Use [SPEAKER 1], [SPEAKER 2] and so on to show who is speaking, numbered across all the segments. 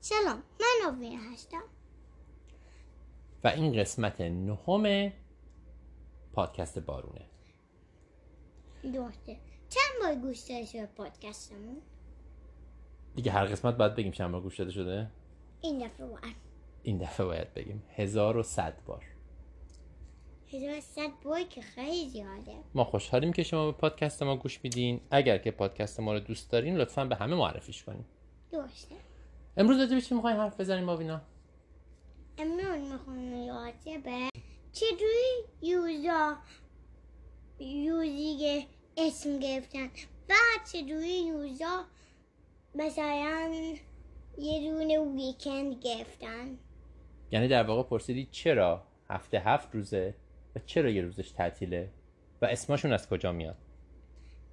[SPEAKER 1] سلام من آوین هستم
[SPEAKER 2] و این قسمت نهم پادکست بارونه
[SPEAKER 1] درسته چند بار گوش دادی به پادکستمون
[SPEAKER 2] دیگه هر قسمت باید بگیم چند بار گوش داده شده
[SPEAKER 1] این دفعه باید
[SPEAKER 2] این دفعه باید بگیم هزار و صد بار
[SPEAKER 1] هزار و صد بار که خیلی زیاده
[SPEAKER 2] ما خوشحالیم که شما به پادکست ما گوش میدین اگر که پادکست ما رو دوست دارین لطفا به همه معرفیش کنین
[SPEAKER 1] درسته
[SPEAKER 2] امروز راجع به چی میخواین حرف بزنیم آوینا
[SPEAKER 1] امروز میخوام راجع به چجوری یوزا یوزی اسم گرفتن و چجوری یوزا مثلا یه دونه ویکند گرفتن
[SPEAKER 2] یعنی در واقع پرسیدی چرا هفته هفت روزه و چرا یه روزش تعطیله و اسمشون از کجا میاد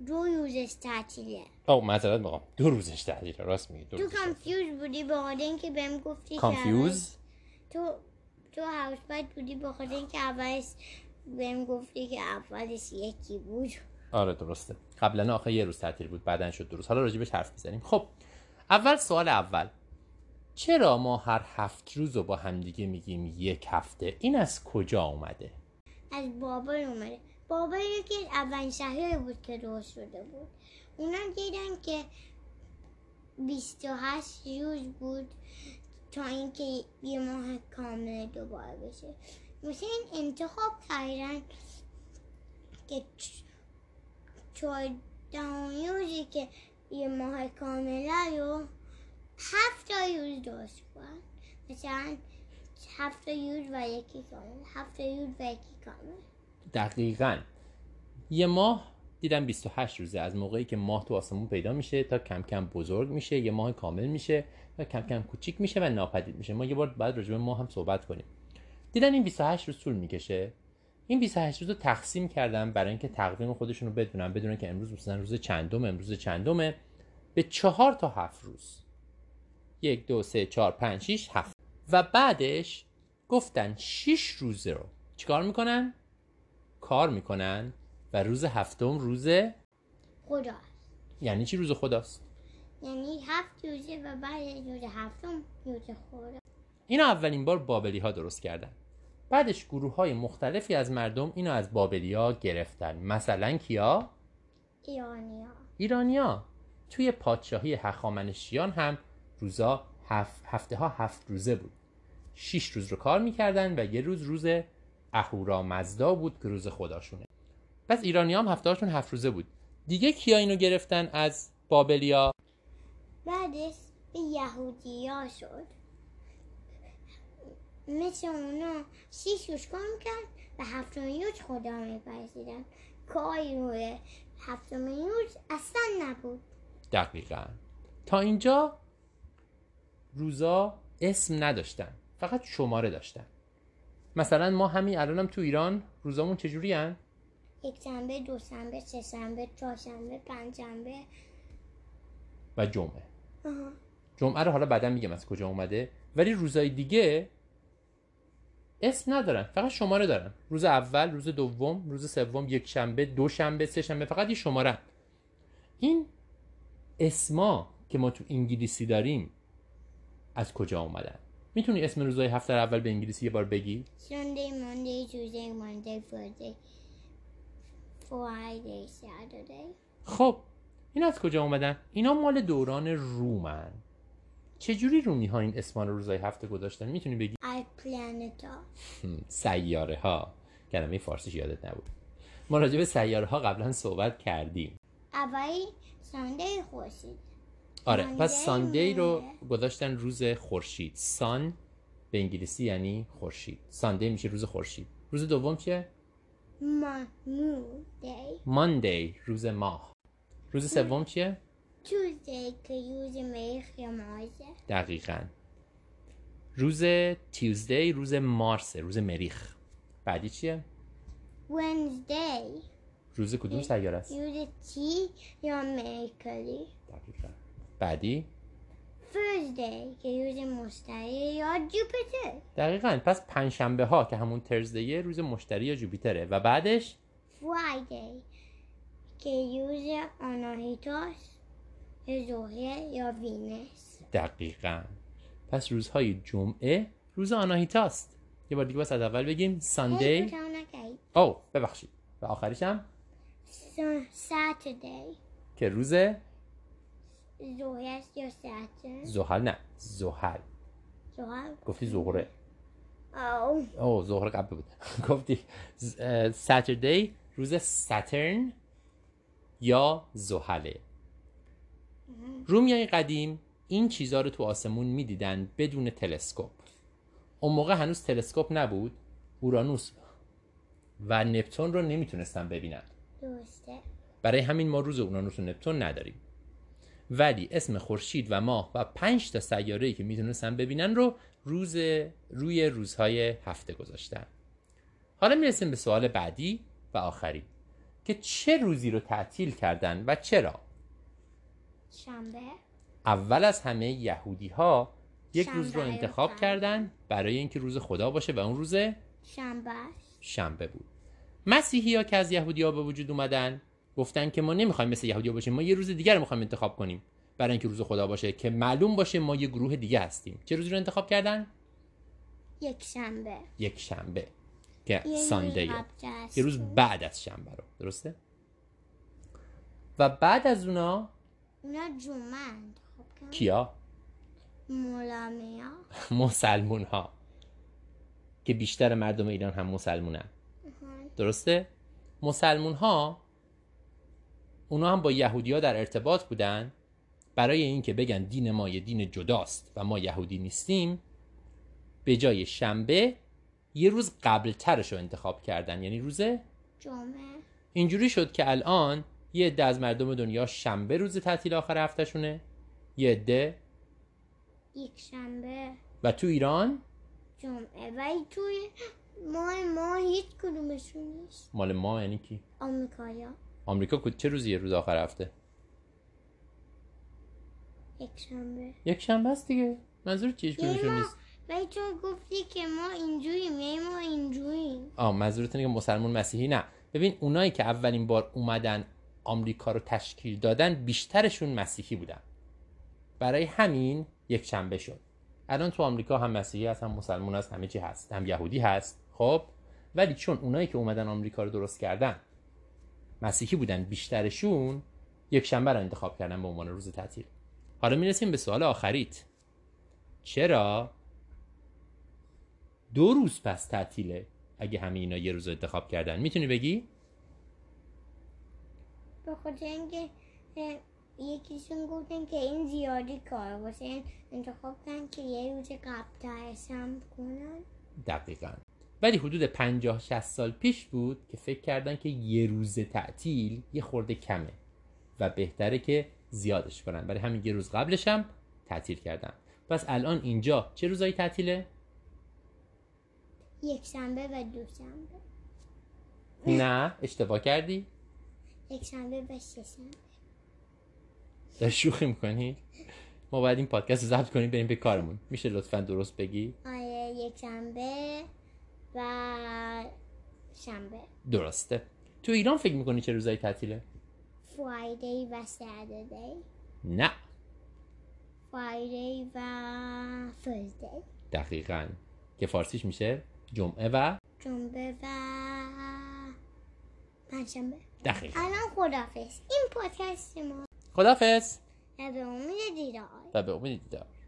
[SPEAKER 1] دو یوزش تعطیله
[SPEAKER 2] او معذرت میخوام دو روزش تعطیله راست میگی دو
[SPEAKER 1] تو
[SPEAKER 2] روزش تعطیله.
[SPEAKER 1] کانفیوز بودی به خاطر اینکه بهم گفتی که
[SPEAKER 2] کانفیوز
[SPEAKER 1] اول- تو تو هاوسپایت بودی به خاطر اینکه اولش بهم گفتی که اولش یکی بود
[SPEAKER 2] آره درسته قبلا آخه یه روز تعطیل بود بعدن شد درست حالا راجبش حرف میزنیم خب اول سوال اول چرا ما هر هفت روز رو با همدیگه میگیم یک هفته این از کجا اومده
[SPEAKER 1] از بابل اومده بابل یکی از اولین شهرهایی بود که درست شده بود اونا دیدن که 28 روز بود تا اینکه یه ماه کامل دوباره بشه مثل این انتخاب کردن که چ- چهاردهمین روزی که یه ماه کامله رو هفت تا روز درست کن مثلا هفت تا روز و یکی کامل هفت تا روز و یکی کامل
[SPEAKER 2] دقیقا یه ماه دیدم 28 روزه از موقعی که ماه تو آسمون پیدا میشه تا کم کم بزرگ میشه یه ماه کامل میشه و کم کم کوچیک میشه و ناپدید میشه ما یه بار بعد راجع به ماه هم صحبت کنیم دیدن این 28 روز طول میکشه این 28 روز رو تقسیم کردم برای اینکه تقویم خودشون رو بدونم بدونن که امروز مثلا روز چندم امروز چندمه به چهار تا هفت روز یک دو سه چهار پنج شیش هفت و بعدش گفتن 6 روزه رو چیکار میکنن؟ کار میکنن و روز هفتم روز
[SPEAKER 1] خدا
[SPEAKER 2] یعنی چی روز خداست
[SPEAKER 1] یعنی هفت روزه و بعد از روز هفتم روز خدا
[SPEAKER 2] اینو اولین بار بابلی ها درست کردن بعدش گروه های مختلفی از مردم اینو از بابلی ها گرفتن مثلا کیا
[SPEAKER 1] ایرانیا
[SPEAKER 2] ایرانیا توی پادشاهی هخامنشیان هم روزا هف... هفته ها هفت روزه بود شیش روز رو کار میکردن و یه روز روز اهورامزدا بود که روز خداشونه پس ایرانیا هم هفته هاشون هفت روزه بود دیگه کیا اینو گرفتن از بابلیا
[SPEAKER 1] بعدش به یهودیا شد مثل اونا شیش روز کار میکرد و هفتمین روز خدا میپرسیدن کاری روی هفتمین روز اصلا نبود
[SPEAKER 2] دقیقا تا اینجا روزا اسم نداشتن فقط شماره داشتن مثلا ما همین الانم تو ایران روزامون چجوری هن؟
[SPEAKER 1] یک شنبه دو شنبه سه شنبه چهارشنبه پنجشنبه
[SPEAKER 2] و جمعه
[SPEAKER 1] آها.
[SPEAKER 2] جمعه رو حالا بعدا میگم از کجا اومده ولی روزای دیگه اسم ندارن فقط شماره دارن روز اول روز دوم روز سوم یک شنبه دو شنبه سه شنبه فقط یه شماره این اسما که ما تو انگلیسی داریم از کجا اومدن میتونی اسم روزای هفته رو اول به انگلیسی یه بار بگی
[SPEAKER 1] Sunday, Monday, Tuesday, Wednesday, Thursday, Friday, Saturday.
[SPEAKER 2] خب این از کجا اومدن اینا مال دوران رومن چجوری رومی ها این اسما رو روزای هفته گذاشتن میتونی بگی
[SPEAKER 1] I planet Earth.
[SPEAKER 2] سیاره ها کلمه فارسیش یادت نبود ما راجع به سیاره ها قبلا صحبت کردیم
[SPEAKER 1] اول Sunday خورشید.
[SPEAKER 2] آره
[SPEAKER 1] ساندی
[SPEAKER 2] پس ساندی رو
[SPEAKER 1] مونه.
[SPEAKER 2] گذاشتن روز خورشید سان به انگلیسی یعنی خورشید ساندی میشه روز خورشید روز دوم چیه
[SPEAKER 1] Monday.
[SPEAKER 2] ماندی روز ماه روز سوم چیه
[SPEAKER 1] Tuesday که روز مریخ یا مارزه.
[SPEAKER 2] دقیقا روز تیوزدی روز مارس روز مریخ بعدی چیه
[SPEAKER 1] Wednesday
[SPEAKER 2] روز کدوم سیاره است
[SPEAKER 1] روز چی یا میکلی.
[SPEAKER 2] دقیقاً. بعدی
[SPEAKER 1] Thursday که روز مشتری یا جوپیتر.
[SPEAKER 2] دقیقا پس پنجشنبه ها که همون ترزدیه روز مشتری یا جوپیتره و بعدش
[SPEAKER 1] Friday که روز آناهیتاس، زهره یا وینس.
[SPEAKER 2] دقیقا پس روزهای جمعه روز آناهیتاست یه بار دیگه بس از اول بگیم ساندی
[SPEAKER 1] کوتاه نگهید.
[SPEAKER 2] او ببخشید و آخرش هم
[SPEAKER 1] س- Saturday
[SPEAKER 2] که روز
[SPEAKER 1] ظهر است یا ساعت
[SPEAKER 2] زحل نه زحل
[SPEAKER 1] ظهر
[SPEAKER 2] گفتی زهره
[SPEAKER 1] او
[SPEAKER 2] او زهره قبل بود گفتی ساتردی روز ساترن یا زحله رومیای قدیم این چیزها رو تو آسمون میدیدن بدون تلسکوپ اون موقع هنوز تلسکوپ نبود اورانوس و نپتون رو نمیتونستن ببینن
[SPEAKER 1] درسته
[SPEAKER 2] برای همین ما روز اورانوس و نپتون نداریم ولی اسم خورشید و ماه و پنج تا سیاره که میتونستن ببینن رو روز روی روزهای هفته گذاشتن حالا میرسیم به سوال بعدی و آخری که چه روزی رو تعطیل کردن و چرا
[SPEAKER 1] شنبه
[SPEAKER 2] اول از همه یهودی ها یک
[SPEAKER 1] شنبه
[SPEAKER 2] روز رو
[SPEAKER 1] رو
[SPEAKER 2] انتخاب
[SPEAKER 1] فردا.
[SPEAKER 2] کردن برای اینکه روز خدا باشه و اون روز
[SPEAKER 1] شنبه است
[SPEAKER 2] شنبه بود مسیحی ها که از یهودی ها به وجود اومدن گفتن که ما نمیخوایم مثل یهودی ها باشیم ما یه روز دیگر رو میخوایم انتخاب کنیم برای اینکه روز خدا باشه که معلوم باشه ما یه گروه دیگه هستیم چه روزی رو انتخاب کردن
[SPEAKER 1] یک شنبه
[SPEAKER 2] یک شنبه که
[SPEAKER 1] یه روز
[SPEAKER 2] ساندیه
[SPEAKER 1] قبل است.
[SPEAKER 2] یه روز بعد یعنی از شنبه رو درسته و بعد از اونا
[SPEAKER 1] اونا جمعه خب، انتخاب کردن
[SPEAKER 2] کیا
[SPEAKER 1] مولامیا
[SPEAKER 2] مسلمون ها که بیشتر مردم ایران هم مسلمونن درسته مسلمون ها اونا هم با یهودی ها در ارتباط بودن برای اینکه بگن دین ما یه دین جداست و ما یهودی نیستیم به جای شنبه یه روز قبل ترش رو انتخاب کردن یعنی روزه
[SPEAKER 1] جمعه
[SPEAKER 2] اینجوری شد که الان یه عده از مردم دنیا شنبه روز تعطیل آخر هفتهشونه یه عده
[SPEAKER 1] یک شنبه
[SPEAKER 2] و تو ایران
[SPEAKER 1] جمعه ولی توی ماه ما هیچ کدومشون نیست
[SPEAKER 2] مال ما یعنی کی
[SPEAKER 1] آمریکایی ها
[SPEAKER 2] آمریکا کو- چه روزیه روز آخر هفته
[SPEAKER 1] یک شنبه
[SPEAKER 2] یک شنبه است دیگه منظور چیش
[SPEAKER 1] یعنی
[SPEAKER 2] کدومشون
[SPEAKER 1] ما-
[SPEAKER 2] نیست
[SPEAKER 1] ولی تو گفتی که ما اینجوریم یعنی ما اینجوریم
[SPEAKER 2] آه منظورت اینه که مسلمان مسیحی نه ببین اونایی که اولین بار اومدن آمریکا رو تشکیل دادن بیشترشون مسیحی بودن برای همین یک شنبه شد الان تو آمریکا هم مسیحی هست هم مسلمان هست همه چی هست هم یهودی هست خب ولی چون اونایی که اومدن آمریکا رو درست کردن مسیحی بودن بیشترشون یک شنبه رو انتخاب کردن به عنوان روز تعطیل حالا میرسیم به سوال آخریت چرا دو روز پس تعطیله اگه همه اینا یه روز رو انتخاب کردن میتونی بگی
[SPEAKER 1] به خاطر اینکه اه، یکیشون گفتن که این زیادی کار واسه این انتخاب کردن که یه روز قبل هم کنن
[SPEAKER 2] دقیقا ولی حدود 50 60 سال پیش بود که فکر کردن که یه روز تعطیل یه خورده کمه و بهتره که زیادش کنن برای همین یه روز قبلش هم تعطیل کردن پس الان اینجا چه روزایی تعطیله
[SPEAKER 1] یک شنبه و دوشنبه
[SPEAKER 2] نه اشتباه کردی
[SPEAKER 1] یک شنبه و سه شنبه
[SPEAKER 2] داری شوخی میکنی ما باید این پادکست رو ضبط کنیم بریم به کارمون میشه لطفا درست بگی
[SPEAKER 1] آره یک شنبه و شنبه
[SPEAKER 2] درسته تو ایران فکر میکنی چه روزایی تعطیله
[SPEAKER 1] فرایدی و سردی
[SPEAKER 2] نه
[SPEAKER 1] فرایدی و فرزدی
[SPEAKER 2] دقیقا که فارسیش میشه جمعه و
[SPEAKER 1] جنبه و پنجشنبه
[SPEAKER 2] دقیقا
[SPEAKER 1] الان خدافز این پادکست ما
[SPEAKER 2] خدافز
[SPEAKER 1] و به امید دیدار
[SPEAKER 2] و به امید دیدار